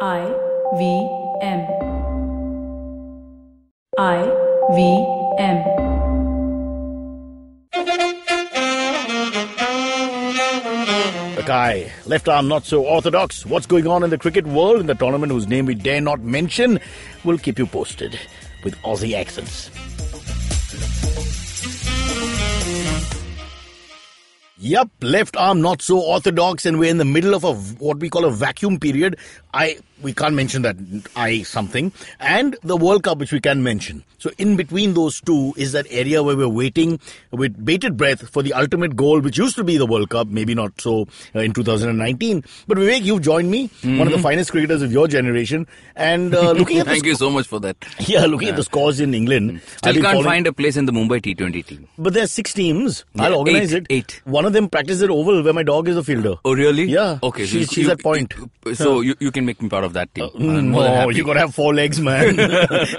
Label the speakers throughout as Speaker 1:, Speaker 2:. Speaker 1: I V M I V M
Speaker 2: Mackay, left arm not so orthodox. What's going on in the cricket world in the tournament whose name we dare not mention? We'll keep you posted with Aussie accents. Yup, left arm not so orthodox, and we're in the middle of a v- what we call a vacuum period. I we can't mention that I something, and the World Cup, which we can mention. So in between those two is that area where we're waiting with bated breath for the ultimate goal, which used to be the World Cup. Maybe not so uh, in 2019, but Vivek, you've joined me, one of the finest cricketers of your generation, and uh, looking at the
Speaker 3: Mm-hmm. Thank you so much for that.
Speaker 2: sc- yeah, looking at the scores in England,
Speaker 3: Still
Speaker 2: I've been
Speaker 3: can't
Speaker 2: following-
Speaker 3: find a place in the Mumbai T20 team.
Speaker 2: But there are six teams. I'll
Speaker 3: Yeah,
Speaker 2: organize
Speaker 3: eight,
Speaker 2: it.
Speaker 3: eight.
Speaker 2: One of them practices at Oval where my dog is a fielder.
Speaker 3: Oh, really?
Speaker 2: Yeah.
Speaker 3: Okay. so
Speaker 2: She,
Speaker 3: you-
Speaker 2: she's
Speaker 3: you-
Speaker 2: at point. Uh, Mm,
Speaker 3: you- So you, you can make me part of that team. I'm more than
Speaker 2: no,
Speaker 3: happy.
Speaker 2: you gotta have four legs, man.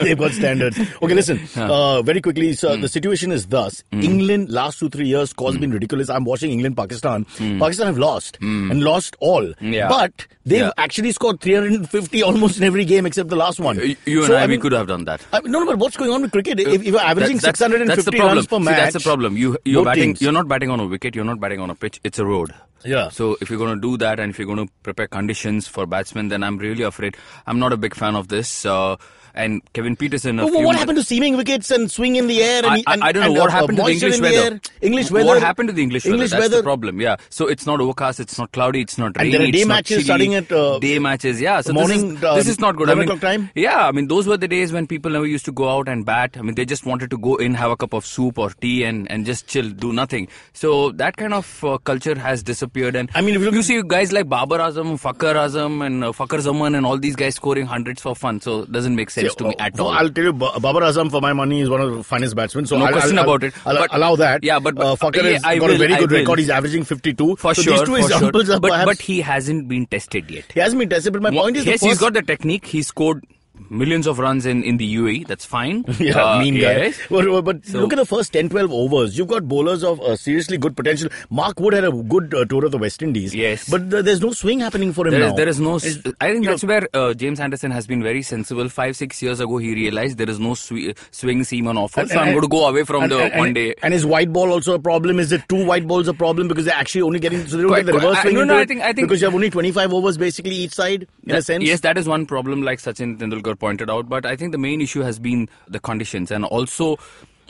Speaker 2: They've got standards. Okay, listen. Uh, very quickly, so
Speaker 3: Hmm.
Speaker 2: the situation is thus: England last two three years scores been ridiculous. I'm watching England Pakistan. Pakistan have lost and lost all,
Speaker 3: Hmm. Yeah.
Speaker 2: but they've
Speaker 3: Yeah.
Speaker 2: actually scored 350 almost in every game except the last one.
Speaker 3: You- you and
Speaker 2: So,
Speaker 3: I, we
Speaker 2: mean-
Speaker 3: could have done that.
Speaker 2: I mean, no, no, but what's going on with cricket? If, if you're averaging
Speaker 3: That- that's-
Speaker 2: 650
Speaker 3: that's the problem.
Speaker 2: runs per
Speaker 3: See,
Speaker 2: match,
Speaker 3: that's the problem. You you're
Speaker 2: both
Speaker 3: batting.
Speaker 2: teams-
Speaker 3: You're not batting on a wicket. You're not batting on a pitch. It's a road.
Speaker 2: Yeah.
Speaker 3: So if you're going to do that, and if you're going to prepare conditions for batsmen, then I'm really afraid. I'm not a big fan of this. Uh, and Kevin Peterson. A
Speaker 2: But
Speaker 3: few
Speaker 2: what
Speaker 3: min-
Speaker 2: happened to seaming wickets and swing in the air? And,
Speaker 3: I, I-
Speaker 2: and-
Speaker 3: I don't know
Speaker 2: and,
Speaker 3: what
Speaker 2: uh,
Speaker 3: happened to the
Speaker 2: moisture
Speaker 3: English
Speaker 2: in
Speaker 3: weather.
Speaker 2: air? English weather.
Speaker 3: What happened to the English,
Speaker 2: English
Speaker 3: weather? That's
Speaker 2: weather.
Speaker 3: the problem. Yeah. So it's not overcast. It's not cloudy. It's not
Speaker 2: And
Speaker 3: rainy.
Speaker 2: there are day
Speaker 3: it's not
Speaker 2: matches
Speaker 3: chilly.
Speaker 2: starting at, uh,
Speaker 3: day matches. Yeah. So
Speaker 2: morning,
Speaker 3: This is, this
Speaker 2: uh,
Speaker 3: is not good.
Speaker 2: 11
Speaker 3: I mean,
Speaker 2: o'clock time?
Speaker 3: Yeah. I mean, those were the days when people never used to go out and bat. I mean, they just wanted to go in, have a cup of soup or tea, and and just chill, do nothing. So that kind of uh, culture has disappeared. And
Speaker 2: I mean, if you
Speaker 3: you,
Speaker 2: look-
Speaker 3: see guys like Babar Azam, Fakar Azam, and uh, Fakar Zaman, and all these guys scoring hundreds for fun. So it doesn't make sense to me at
Speaker 2: Well,
Speaker 3: all.
Speaker 2: I'll tell you, Ba- Babar Azam for my money is one of the finest batsmen. So
Speaker 3: No
Speaker 2: I'll,
Speaker 3: question
Speaker 2: I'll,
Speaker 3: about it.
Speaker 2: I'll
Speaker 3: But-
Speaker 2: allow that.
Speaker 3: Yeah, but-
Speaker 2: uh,
Speaker 3: but-
Speaker 2: Fakhar
Speaker 3: yeah,
Speaker 2: has
Speaker 3: I
Speaker 2: got a
Speaker 3: will,
Speaker 2: very
Speaker 3: I
Speaker 2: good
Speaker 3: will.
Speaker 2: record. He's averaging 52.
Speaker 3: For
Speaker 2: so
Speaker 3: sure,
Speaker 2: these two
Speaker 3: for
Speaker 2: examples
Speaker 3: sure.
Speaker 2: are
Speaker 3: but,
Speaker 2: perhaps.
Speaker 3: but he hasn't been tested yet.
Speaker 2: he hasn't been tested. But my
Speaker 3: Wha-
Speaker 2: point is,
Speaker 3: yes,
Speaker 2: the 1st
Speaker 3: he's got the technique. He scored millions of runs in, in the UAE. That's fine.
Speaker 2: Yeah,
Speaker 3: Uh,
Speaker 2: mean guy.
Speaker 3: yes.
Speaker 2: But, but- but
Speaker 3: So-
Speaker 2: look at the first 10, 12 overs. You've got bowlers of uh, seriously good potential. Mark Wood had a good uh, tour of the West Indies.
Speaker 3: Yes.
Speaker 2: But th- there's no swing happening for him
Speaker 3: There
Speaker 2: now.
Speaker 3: is, there is no. s-
Speaker 2: It's-
Speaker 3: I think
Speaker 2: you
Speaker 3: that's where uh, James Anderson has been very sensible. Five, six years ago, he realized there is no swe- swing seam on offer,
Speaker 2: And-
Speaker 3: so I'm
Speaker 2: and-
Speaker 3: going to go away from the one day.
Speaker 2: And is white ball also a problem? Is it two white balls a problem because they're actually only getting so they don't get
Speaker 3: Quite-
Speaker 2: the
Speaker 3: quite-
Speaker 2: reverse
Speaker 3: I-
Speaker 2: swing
Speaker 3: no,
Speaker 2: into
Speaker 3: no, I
Speaker 2: it
Speaker 3: think- I think-
Speaker 2: because you have only 25 overs basically each side in a
Speaker 3: That-
Speaker 2: sense.
Speaker 3: Yes, that is one problem, like Sachin Tendulkar pointed out. But I think the main issue has been the conditions, and also,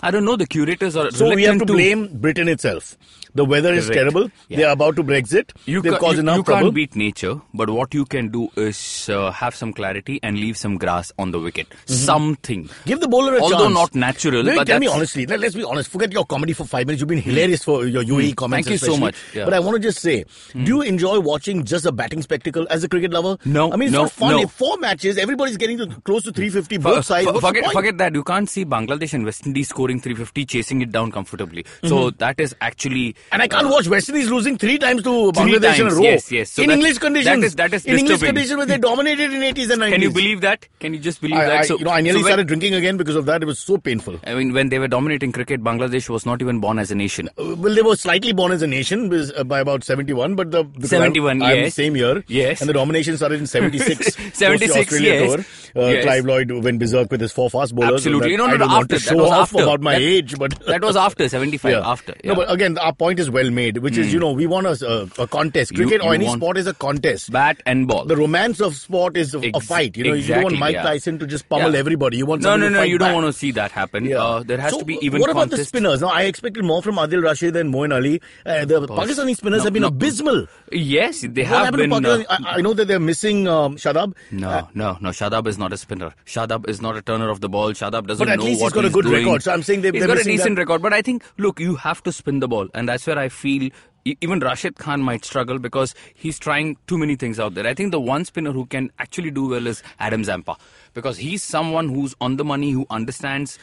Speaker 3: I don't know, the curators are
Speaker 2: So we have
Speaker 3: reluctant
Speaker 2: to blame Britain itself. The weather is
Speaker 3: Correct.
Speaker 2: terrible.
Speaker 3: Yeah.
Speaker 2: They're about to Brexit.
Speaker 3: You,
Speaker 2: They've
Speaker 3: ca-
Speaker 2: caused
Speaker 3: you,
Speaker 2: enough
Speaker 3: you
Speaker 2: trouble.
Speaker 3: can't beat nature, but what you can do is uh, have some clarity and leave some grass on the wicket. Something.
Speaker 2: Mm-hmm. Give the bowler a chance.
Speaker 3: Although not natural,
Speaker 2: Vivek,
Speaker 3: but
Speaker 2: tell me
Speaker 3: that's-
Speaker 2: honestly. Let, us be honest. Forget your comedy for five minutes. You've been hilarious for your UAE comments.
Speaker 3: Hmm. Thank you so
Speaker 2: especially.
Speaker 3: much. Yeah. Hmm.
Speaker 2: But I want to just say, do you enjoy watching just a batting spectacle as a cricket lover?
Speaker 3: No,
Speaker 2: I mean, it's
Speaker 3: no,
Speaker 2: not fun.
Speaker 3: no.
Speaker 2: If four matches, everybody's getting to close to 350
Speaker 3: For-
Speaker 2: both sides.
Speaker 3: for-
Speaker 2: What's the
Speaker 3: forget,
Speaker 2: point?
Speaker 3: forget that. You can't see Bangladesh and West Indies scoring 350, chasing it down comfortably. So that is actually.
Speaker 2: Mm-hmm.
Speaker 3: uh,
Speaker 2: And I can't watch West Indies losing three times to Bangladesh in a
Speaker 3: times,
Speaker 2: row.
Speaker 3: yes, yes. So
Speaker 2: in
Speaker 3: that's-
Speaker 2: English conditions.
Speaker 3: that is- that is
Speaker 2: in English
Speaker 3: disturbing.
Speaker 2: conditions where they dominated in 80s and 90s.
Speaker 3: Can you believe that? Can you just believe
Speaker 2: I,
Speaker 3: that?
Speaker 2: I, you know, I nearly
Speaker 3: so when-
Speaker 2: started drinking again because of that. It was so painful.
Speaker 3: I mean, when they were dominating cricket, Bangladesh was not even born as a nation.
Speaker 2: Uh, Well, they were slightly born as a nation because, uh, by about 71, but the, the
Speaker 3: 71,
Speaker 2: I'm, I'm
Speaker 3: yes.
Speaker 2: same year.
Speaker 3: Yes.
Speaker 2: And the domination started in 76.
Speaker 3: 76,
Speaker 2: post the Australia
Speaker 3: yes.
Speaker 2: Tour. Uh,
Speaker 3: Yes.
Speaker 2: Clive Lloyd went berserk with his four fast bowlers.
Speaker 3: Absolutely.
Speaker 2: That,
Speaker 3: No,
Speaker 2: I
Speaker 3: no, no.
Speaker 2: don't want
Speaker 3: After
Speaker 2: to
Speaker 3: that
Speaker 2: show
Speaker 3: was
Speaker 2: off
Speaker 3: after.
Speaker 2: about my
Speaker 3: That-
Speaker 2: age, but
Speaker 3: That was after 75.
Speaker 2: Yeah.
Speaker 3: After. Yeah.
Speaker 2: No, but uh, again, our point is well made, which is you know we want a, a, a contest.
Speaker 3: You-
Speaker 2: Cricket or
Speaker 3: you
Speaker 2: any
Speaker 3: want-
Speaker 2: sport is a contest.
Speaker 3: bat and ball.
Speaker 2: the romance of sport is a, a
Speaker 3: Ex-
Speaker 2: fight. You know, you don't
Speaker 3: exactly,
Speaker 2: want Mike
Speaker 3: yeah.
Speaker 2: Tyson to just pummel
Speaker 3: Yeah.
Speaker 2: everybody. You want
Speaker 3: no,
Speaker 2: somebody
Speaker 3: no,
Speaker 2: to
Speaker 3: no.
Speaker 2: fight
Speaker 3: You don't
Speaker 2: back.
Speaker 3: want to see that happen. Uh, there has
Speaker 2: So,
Speaker 3: to be even.
Speaker 2: What about the
Speaker 3: contest.
Speaker 2: spinners? Now, I expected more from Adil Rashid and Moin Ali. Uh, the Pakistani spinners
Speaker 3: No,
Speaker 2: have been
Speaker 3: no.
Speaker 2: abysmal.
Speaker 3: Yes, they
Speaker 2: what
Speaker 3: have
Speaker 2: happened
Speaker 3: been.
Speaker 2: to
Speaker 3: uh,
Speaker 2: Pakistan? I, I know that they're missing um, Shadab.
Speaker 3: no, no, no. Shadab is not a spinner. Shadab is not a turner of the ball. Shadab doesn't
Speaker 2: But at
Speaker 3: know
Speaker 2: least he's
Speaker 3: what
Speaker 2: got a good
Speaker 3: doing.
Speaker 2: record. So I'm saying they've-
Speaker 3: he's
Speaker 2: they're
Speaker 3: got a
Speaker 2: missing
Speaker 3: decent
Speaker 2: that.
Speaker 3: record. But I think, look, you have to spin the ball, and that's where I feel. e- Even Rashid Khan might struggle because he's trying too many things out there. I think the one spinner who can actually do well is Adam Zampa because he's someone who's on the money, who understands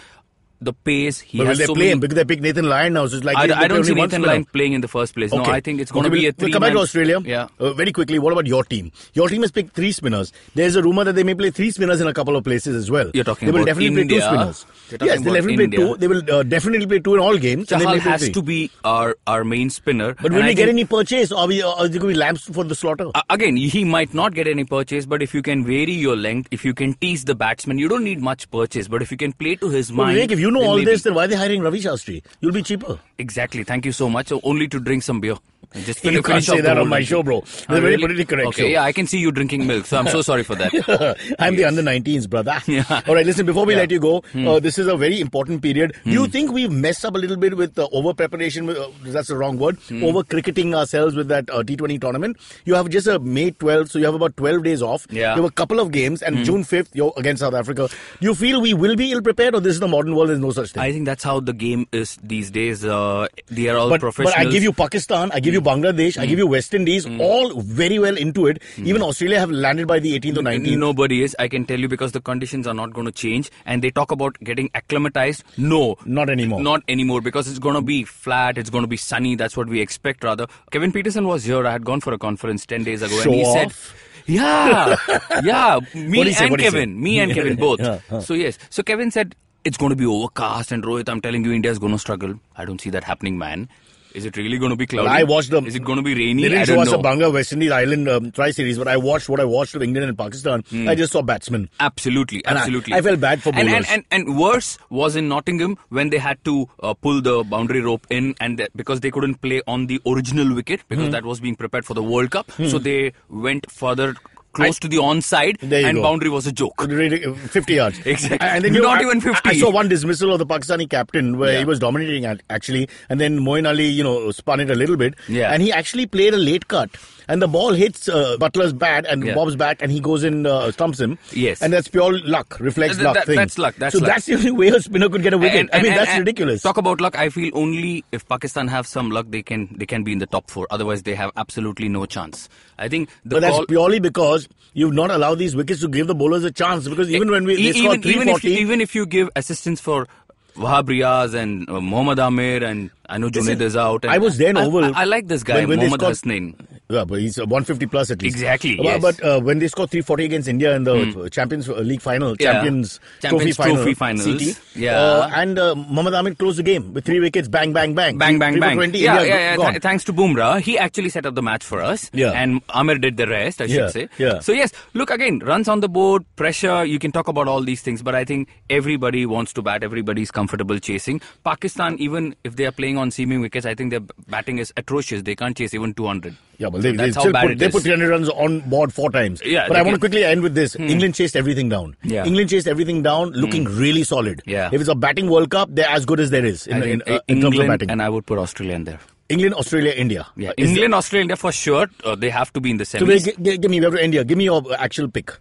Speaker 3: the pace. He
Speaker 2: uh, But will
Speaker 3: has
Speaker 2: they
Speaker 3: so
Speaker 2: play
Speaker 3: many-
Speaker 2: him? Because they pick Nathan Lyon now, so it's like
Speaker 3: I,
Speaker 2: they
Speaker 3: I
Speaker 2: play
Speaker 3: don't see
Speaker 2: only one
Speaker 3: Nathan
Speaker 2: spinner.
Speaker 3: Lyon playing in the first place. No, I think it's going to
Speaker 2: Okay,
Speaker 3: be a
Speaker 2: we'll-
Speaker 3: three.
Speaker 2: We'll come back to Australia.
Speaker 3: Yeah.
Speaker 2: Uh, very quickly, what about your team? Your team has picked three spinners. There's a rumor that they may play three spinners in a couple of places as well.
Speaker 3: You're talking
Speaker 2: They will
Speaker 3: about
Speaker 2: definitely play two
Speaker 3: India.
Speaker 2: spinners.
Speaker 3: You're talking
Speaker 2: Yes, they'll
Speaker 3: about
Speaker 2: definitely play
Speaker 3: India.
Speaker 2: two. They will uh, definitely play two in all games. and they
Speaker 3: Chahal
Speaker 2: may play
Speaker 3: has
Speaker 2: three.
Speaker 3: to be our our main spinner.
Speaker 2: But
Speaker 3: And
Speaker 2: will
Speaker 3: I
Speaker 2: we get
Speaker 3: think-
Speaker 2: any purchase? Or we- or is it going to be lamps for the slaughter?
Speaker 3: A- again, he might not get any purchase, but if you can vary your length, if you can tease the batsman, you don't need much purchase. But if you can play to his
Speaker 2: Well,
Speaker 3: mind,
Speaker 2: Vivek, if you know
Speaker 3: then
Speaker 2: all
Speaker 3: maybe-
Speaker 2: this, then why are they hiring Ravi Shastri? You'll be cheaper.
Speaker 3: exactly. Thank you so much. So only to drink some beer. And Just
Speaker 2: You
Speaker 3: finish
Speaker 2: can't
Speaker 3: off
Speaker 2: say
Speaker 3: the
Speaker 2: that on
Speaker 3: whole
Speaker 2: my
Speaker 3: thing.
Speaker 2: show, bro. It's a
Speaker 3: Ah,
Speaker 2: very
Speaker 3: really?
Speaker 2: politically correct
Speaker 3: Okay,
Speaker 2: show.
Speaker 3: yeah, I can see you drinking milk, so I'm so sorry for that.
Speaker 2: I'm the under 19s, brother.
Speaker 3: Yeah.
Speaker 2: All right, listen, before we
Speaker 3: Yeah. Hmm.
Speaker 2: let you go, uh, this is a very important period. Do you think we've messed up a little bit with uh, over preparation? Uh, that's the wrong word.
Speaker 3: Hmm.
Speaker 2: Over cricketing ourselves with that uh, T20 tournament. You have just a May 12th, so you have about 12 days off.
Speaker 3: Yeah. Hmm.
Speaker 2: You have a couple of games, and June 5th, you're against South Africa. Do you feel we will be ill prepared, or this is the modern world? There's no such thing.
Speaker 3: I think that's how the game is these days. Uh, they are all
Speaker 2: but,
Speaker 3: professionals. Hmm.
Speaker 2: but I give you Pakistan, I give you Bangladesh, I give you West Indies, all very well into it.
Speaker 3: Hmm.
Speaker 2: Even Australia have landed by the 18th or 19th.
Speaker 3: Nobody is. I can tell you because the conditions are not going to change. And they talk about getting acclimatized. No,
Speaker 2: Not anymore.
Speaker 3: Not anymore because it's going to be flat. It's going to be sunny. That's what we expect. Rather, Kevin Peterson was here. I had gone for a conference ten days ago,
Speaker 2: Show
Speaker 3: and he said.
Speaker 2: off.
Speaker 3: Yeah, yeah.
Speaker 2: What
Speaker 3: Me
Speaker 2: he say,
Speaker 3: and
Speaker 2: what he say?
Speaker 3: Kevin, me and Kevin both.
Speaker 2: Yeah, uh-huh. huh.
Speaker 3: So yes, so Kevin said it's going to be overcast, and Rohit, I'm telling you, India is going to struggle. I don't see that happening, man. Is it really going to be cloudy?
Speaker 2: I watched them.
Speaker 3: Is it going to be rainy?
Speaker 2: They didn't
Speaker 3: I
Speaker 2: show
Speaker 3: don't
Speaker 2: us
Speaker 3: know.
Speaker 2: a Bangla West Indies Island um, tri series, but I watched what I watched of England and Pakistan.
Speaker 3: Hmm.
Speaker 2: I just saw batsmen.
Speaker 3: Absolutely,
Speaker 2: And I-
Speaker 3: absolutely.
Speaker 2: I felt bad for
Speaker 3: and, and,
Speaker 2: bowlers.
Speaker 3: and and worse was in Nottingham when they had to uh, pull the boundary rope in, and that, because they couldn't play on the original wicket because
Speaker 2: Hmm.
Speaker 3: that was being prepared for the World Cup, so they went further close to the onside,
Speaker 2: There you
Speaker 3: and
Speaker 2: go.
Speaker 3: boundary was a joke.
Speaker 2: Really, uh, 50 yards.
Speaker 3: Exactly.
Speaker 2: And then
Speaker 3: Not
Speaker 2: I-
Speaker 3: even 50.
Speaker 2: I saw one dismissal of the Pakistani captain where he was dominating at, actually. And then Moin Ali, you know, spun it a little bit.
Speaker 3: Yeah.
Speaker 2: And he actually played a late cut. And the ball hits uh, Butler's bat and
Speaker 3: Yeah.
Speaker 2: Bob's bat and he goes in, uh, stumps him.
Speaker 3: Yes.
Speaker 2: And that's pure luck, reflex
Speaker 3: Th-
Speaker 2: luck
Speaker 3: that-
Speaker 2: thing.
Speaker 3: that's luck, that's
Speaker 2: so
Speaker 3: luck.
Speaker 2: that's the only way a spinner could get a wicket.
Speaker 3: And-
Speaker 2: I
Speaker 3: and-
Speaker 2: mean,
Speaker 3: and-
Speaker 2: that's
Speaker 3: and
Speaker 2: ridiculous.
Speaker 3: Talk about luck. I feel only if Pakistan have some luck, they can they can be in the top four. Otherwise, they have absolutely no chance. I think the
Speaker 2: But that's
Speaker 3: call-
Speaker 2: purely because you've not allowed these wickets to give the bowlers a chance. Because even when we
Speaker 3: E-
Speaker 2: they
Speaker 3: even,
Speaker 2: scored
Speaker 3: even if
Speaker 2: 340,
Speaker 3: you, even if you give assistance for Wahab Riaz and uh, Mohammad Amir and I know
Speaker 2: Listen,
Speaker 3: Junaid is out. And
Speaker 2: I was there in
Speaker 3: I,
Speaker 2: Oval.
Speaker 3: I, I like this guy,
Speaker 2: when- when they
Speaker 3: Mohammad
Speaker 2: scored-
Speaker 3: Hasnain.
Speaker 2: Yeah, but he's uh, 150 plus at least.
Speaker 3: Exactly,
Speaker 2: But,
Speaker 3: yes. Hmm.
Speaker 2: but, uh, when they scored 340 against India in the uh, Champions League final,
Speaker 3: Yeah.
Speaker 2: Champions,
Speaker 3: Champions
Speaker 2: Trophy,
Speaker 3: Trophy
Speaker 2: final,
Speaker 3: finals.
Speaker 2: CT,
Speaker 3: Yeah.
Speaker 2: uh, and uh, Mohammad Ahmed closed the game with three wickets, bang, bang, bang,
Speaker 3: Bang, bang,
Speaker 2: Three for
Speaker 3: bang.
Speaker 2: 20,
Speaker 3: yeah,
Speaker 2: India
Speaker 3: yeah, yeah.
Speaker 2: gone.
Speaker 3: Th- thanks to Bumrah. He actually set up the match for us.
Speaker 2: Yeah.
Speaker 3: And Amir did the rest, I
Speaker 2: Yeah,
Speaker 3: should say.
Speaker 2: yeah.
Speaker 3: So, yes, look, again, runs on the board, pressure. You can talk about all these things, but I think everybody wants to bat. Everybody's comfortable chasing. Pakistan, even if they are playing on seeming wickets, I think their batting is atrocious. They can't chase even 200.
Speaker 2: Yeah, well, they, they
Speaker 3: That's how
Speaker 2: still
Speaker 3: bad
Speaker 2: put,
Speaker 3: it
Speaker 2: they
Speaker 3: is.
Speaker 2: put 300 runs on board four times.
Speaker 3: Yeah,
Speaker 2: but
Speaker 3: they
Speaker 2: I want to
Speaker 3: can- Hmm.
Speaker 2: quickly end with this. England chased everything down.
Speaker 3: Yeah. Hmm.
Speaker 2: England chased everything down, looking really solid.
Speaker 3: Yeah.
Speaker 2: If it's a batting World Cup, they're as good as there is in,
Speaker 3: I
Speaker 2: in,
Speaker 3: think,
Speaker 2: uh,
Speaker 3: uh,
Speaker 2: in terms of
Speaker 3: England
Speaker 2: batting.
Speaker 3: And I would put Australia in there.
Speaker 2: England, Australia, India. Uh,
Speaker 3: Yeah,
Speaker 2: Is-
Speaker 3: Uh, England, Australia, India for sure. Uh, they have to be in the semis.
Speaker 2: So, wait, gi- gi- give me, we have to end here. Give me your actual pick.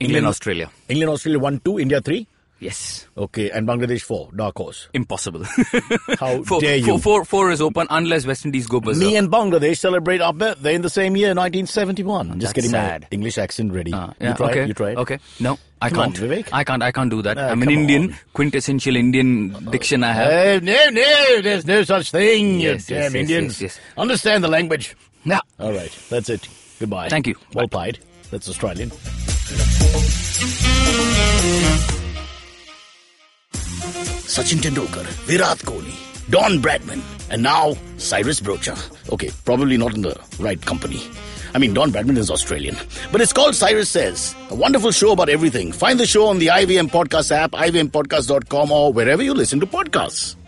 Speaker 3: England, Australia.
Speaker 2: England, Australia 1 2, India 3.
Speaker 3: Yes.
Speaker 2: Okay, and Bangladesh 4, dark horse.
Speaker 3: Impossible.
Speaker 2: How
Speaker 3: four,
Speaker 2: dare you.
Speaker 3: Four, four, four is open unless West Indies go berserk.
Speaker 2: Me and Bangladesh celebrate our birthday in the same year, 1971. I'm just
Speaker 3: That's
Speaker 2: getting my
Speaker 3: sad.
Speaker 2: English accent ready.
Speaker 3: Ah,
Speaker 2: you try
Speaker 3: okay.
Speaker 2: it, you try it.
Speaker 3: Okay. No, I
Speaker 2: Come on,
Speaker 3: can't.
Speaker 2: Vivek.
Speaker 3: I can't. I can't do that.
Speaker 2: Ah,
Speaker 3: I'm an
Speaker 2: come
Speaker 3: Indian,
Speaker 2: on.
Speaker 3: quintessential Indian diction I have.
Speaker 2: Uh, no, no, there's no such thing, you
Speaker 3: Yes, yes,
Speaker 2: damn
Speaker 3: yes,
Speaker 2: Indians.
Speaker 3: yes, yes.
Speaker 2: Understand the language.
Speaker 3: Yeah.
Speaker 2: All right, that's it. Goodbye.
Speaker 3: Thank you.
Speaker 2: Well played. That's Australian. Sachin Tendulkar, Virat Kohli, Don Bradman, and now Cyrus Brocha. Okay, probably not in the right company. I mean, Don Bradman is Australian. But it's called Cyrus Says. A wonderful show about everything. Find the show on the IVM Podcast app, ivmpodcast.com, or wherever you listen to podcasts.